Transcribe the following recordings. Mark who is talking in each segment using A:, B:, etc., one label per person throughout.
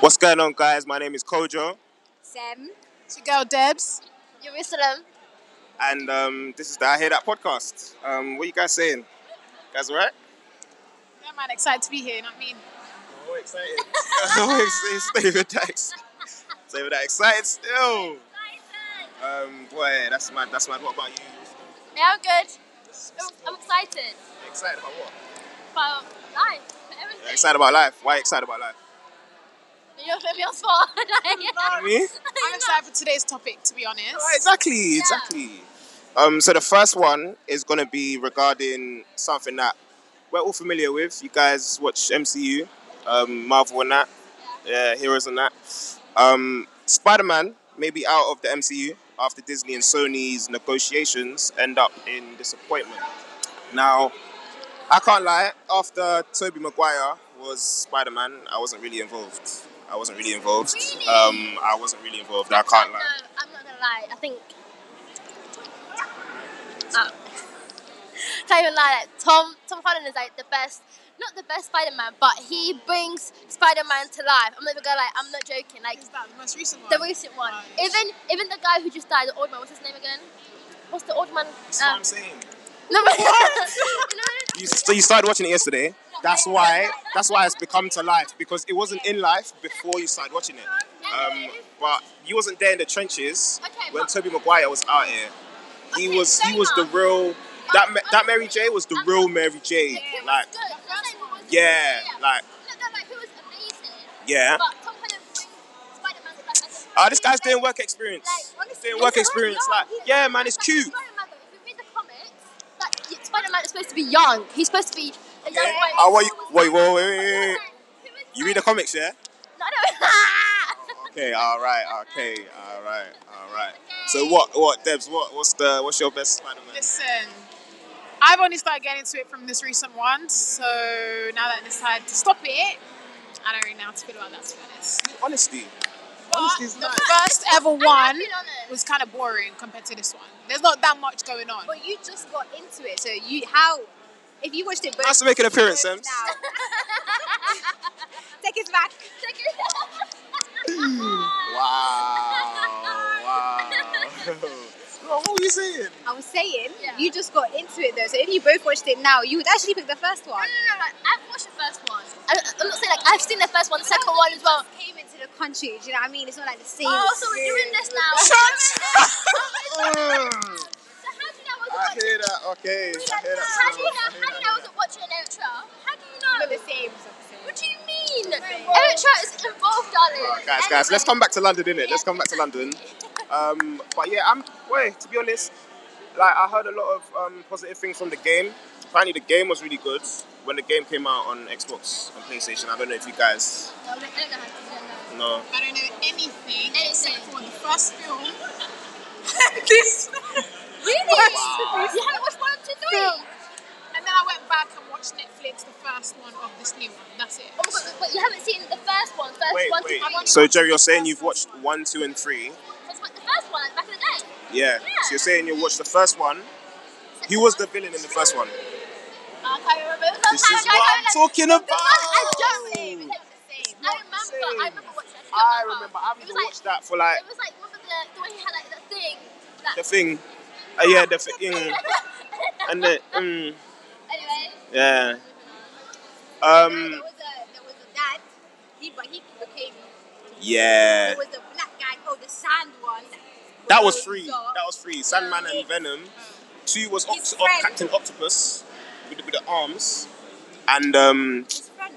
A: What's going on, guys? My name is Kojo,
B: Sam.
C: It's your girl Debs.
B: Jerusalem.
A: and um, this is the I Hear That podcast. Um, what you guys saying? guys, all right?
C: Yeah, man, excited to be here. You know what I mean?
A: Oh, excited. oh, excited. Stay with that. ex- Stay with that excited still. Um, boy, that's mad. That's mad. What about you?
B: Yeah, I'm good. Oh, I'm excited
A: Excited about what?
B: about life, for everything.
A: Yeah, excited about life. Why excited about life?
B: You're gonna be on spot.
A: I mean?
C: I'm excited for today's topic, to be honest.
A: Oh, exactly, exactly. Um, so the first one is going to be regarding something that we're all familiar with. You guys watch MCU, um, Marvel and that, yeah, heroes and that. Um, Spider-Man may be out of the MCU after Disney and Sony's negotiations end up in disappointment. Now, I can't lie. After Tobey Maguire was Spider-Man, I wasn't really involved. I wasn't really involved.
B: Really?
A: Um, I wasn't really involved. I can't
B: No,
A: lie.
B: I'm not gonna lie. I think. Uh, can't even lie. Like, Tom Tom Holland is like the best, not the best Spider-Man, but he brings Spider-Man to life. I'm not even gonna lie. I'm not joking. Like
C: Is that the most recent one?
B: the recent one.
C: Right.
B: Even even the guy who just died, the old man. What's his name again? What's the old man?
A: That's what
B: Uh,
A: I'm saying.
B: no, but- you know,
A: You, so you started watching it yesterday. That's why. That's why it's become to life because it wasn't in life before you started watching it. Um, but you wasn't there in the trenches
B: Okay,
A: when
B: but-
A: Toby Maguire was out here. He
B: Okay,
A: was. He
B: fair
A: was the
B: enough.
A: real. That Ma- that Mary J was the real Mary
B: Like,
A: J.
B: it was
A: Like
B: good. I'm not saying it wasn't
A: yeah,
B: good,
A: like
B: No, no, like, it was amazing.
A: yeah.
B: But Tom Holland brings Spider-Man to life. as
A: Oh,
B: a-
A: this guy's doing work experience.
B: Like, honestly,
A: Doing work
B: he's a
A: experience.
B: young-
A: Like
B: he's-
A: yeah, man, it's
B: like,
A: cute.
B: Spider-Man, though, if you read the comics, like, y- Spider-Man is supposed to be young. He's supposed to be a young
A: Yeah.
B: boy.
A: Oh, wait,
B: Who is
A: wait, wait,
B: that?
A: wait, wait, wait.
B: Who is
A: You read the
B: that?
A: comics, yeah?
B: No, no.
A: Okay, all right, okay, all right, all right. So what, what, Debs? What, what's the, what's your best Spider-Man?
C: Listen, I've only started getting into it from this recent one, so now that I decided to stop it, I don't really know how to feel about that, to be honest.
A: Honesty.
C: But
A: Honesty's
C: the
A: nice.
C: first ever
B: I'm
C: one
B: being honest.
C: was kind of boring compared to this one. There's not that much going on.
D: But you just got into it, so you how if you watched it
A: Nice to make an appearance, Ems.
D: now. Take it back.
B: Take it.
A: Wow. Wow. what were you saying?
D: I was saying
B: Yeah.
D: you just got into it though, so if you both watched it now, you would actually pick the first
B: No,
D: one.
B: no, no, like, I've watched the first one. I, I'm not saying like I've seen the first one, the second one as well.
D: Came into the country, do you know what I mean? It's not like the same.
B: Oh, so we're doing this now. So
A: I
B: how do you know I wasn't watching?
A: hear that. Okay. I hear that.
B: How do you know?
A: song. I hear
B: How do you know I wasn't watching Eritrea? How do you know?
D: But the same. it's not the same.
B: What do you mean? Eritrea is involved, darling.
A: Alright, guys, guys, let's
B: Anyway.
A: come back to London, innit? Let's come back to London. Um, but yeah, I'm. Wait, to be honest, like I heard a lot of um, positive things from the game. Apparently, the game was really good when the game came out on Xbox and PlayStation. I don't know if you guys
B: No, Oh, I don't know how to do that.
A: know.
C: I don't know anything
B: Anything.
C: except for the first film. this
B: Really? You haven't watched one, two, three?
C: film. And then I went back and watched Netflix, the first one of this new one. That's it.
B: Oh my God, but you haven't seen the first one. First
A: Wait,
B: one, two,
A: wait.
B: three.
A: So Jerry, you're saying you've watched one, two, and three.
B: That's what- the first one back in the day.
A: Yeah. So you're saying you watched the first one. He was the villain in the first one.
B: I can't remember. It was
A: This is
B: long time ago.
A: what I'm
B: Like,
A: talking about.
B: I
A: Oh.
B: don't remember. I remember. I remember watching. it.
A: I remember. I
B: It
A: remember
B: was like-
A: watched that for like
B: It was like remember the the way he had like that thing. That
A: the thing. Uh, yeah, the thing. And the mm,
B: anyway.
A: yeah.
D: there
A: Um.
D: was a there was a dad. He but he became
A: Yeah.
D: there was the black guy oh the sand one.
A: That was free.
D: bizarre.
A: That was free. Sandman and Venom. Two was
D: His
A: Oct- Oct-
D: friend.
A: Captain Octopus with the, with the arms. And um.
D: His friend.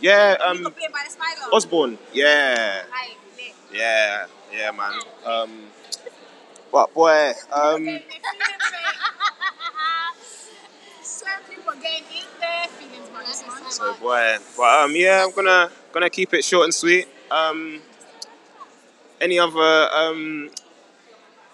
A: Yeah.
D: he
A: Um.
D: got blamed by the spider.
A: Osborne. Yeah.
D: Like, mate.
A: Yeah. Yeah, man. Um. But boy. Um.
C: So people are getting in their feelings about this one.
A: So boy, but um, yeah, I'm gonna gonna keep it short and sweet. Um, any other um,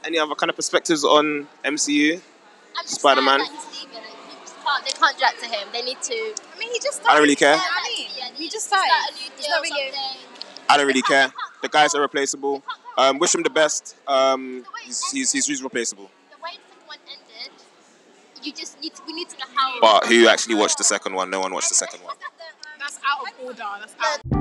A: any other kind of perspectives on MCU?
B: I'm just
A: Spider-Man.
B: sad that he's leaving. Like, he just can't- They can't do that to him. They need to.
D: I mean he just
A: I don't really care.
D: You know what I mean?
B: Yeah,
D: He just
B: start
D: started.
B: a new
D: It's
B: deal
D: not
B: or
D: really-
B: something.
A: I don't really care. The guy's irreplaceable. Um, wish him the best. Um, he's, he's, he's reasonable replaceable.
B: you just need to, we need to know how. um,
A: But who actually watched the second one? No one watched the second one.
C: That's out of order. That's out.
B: The-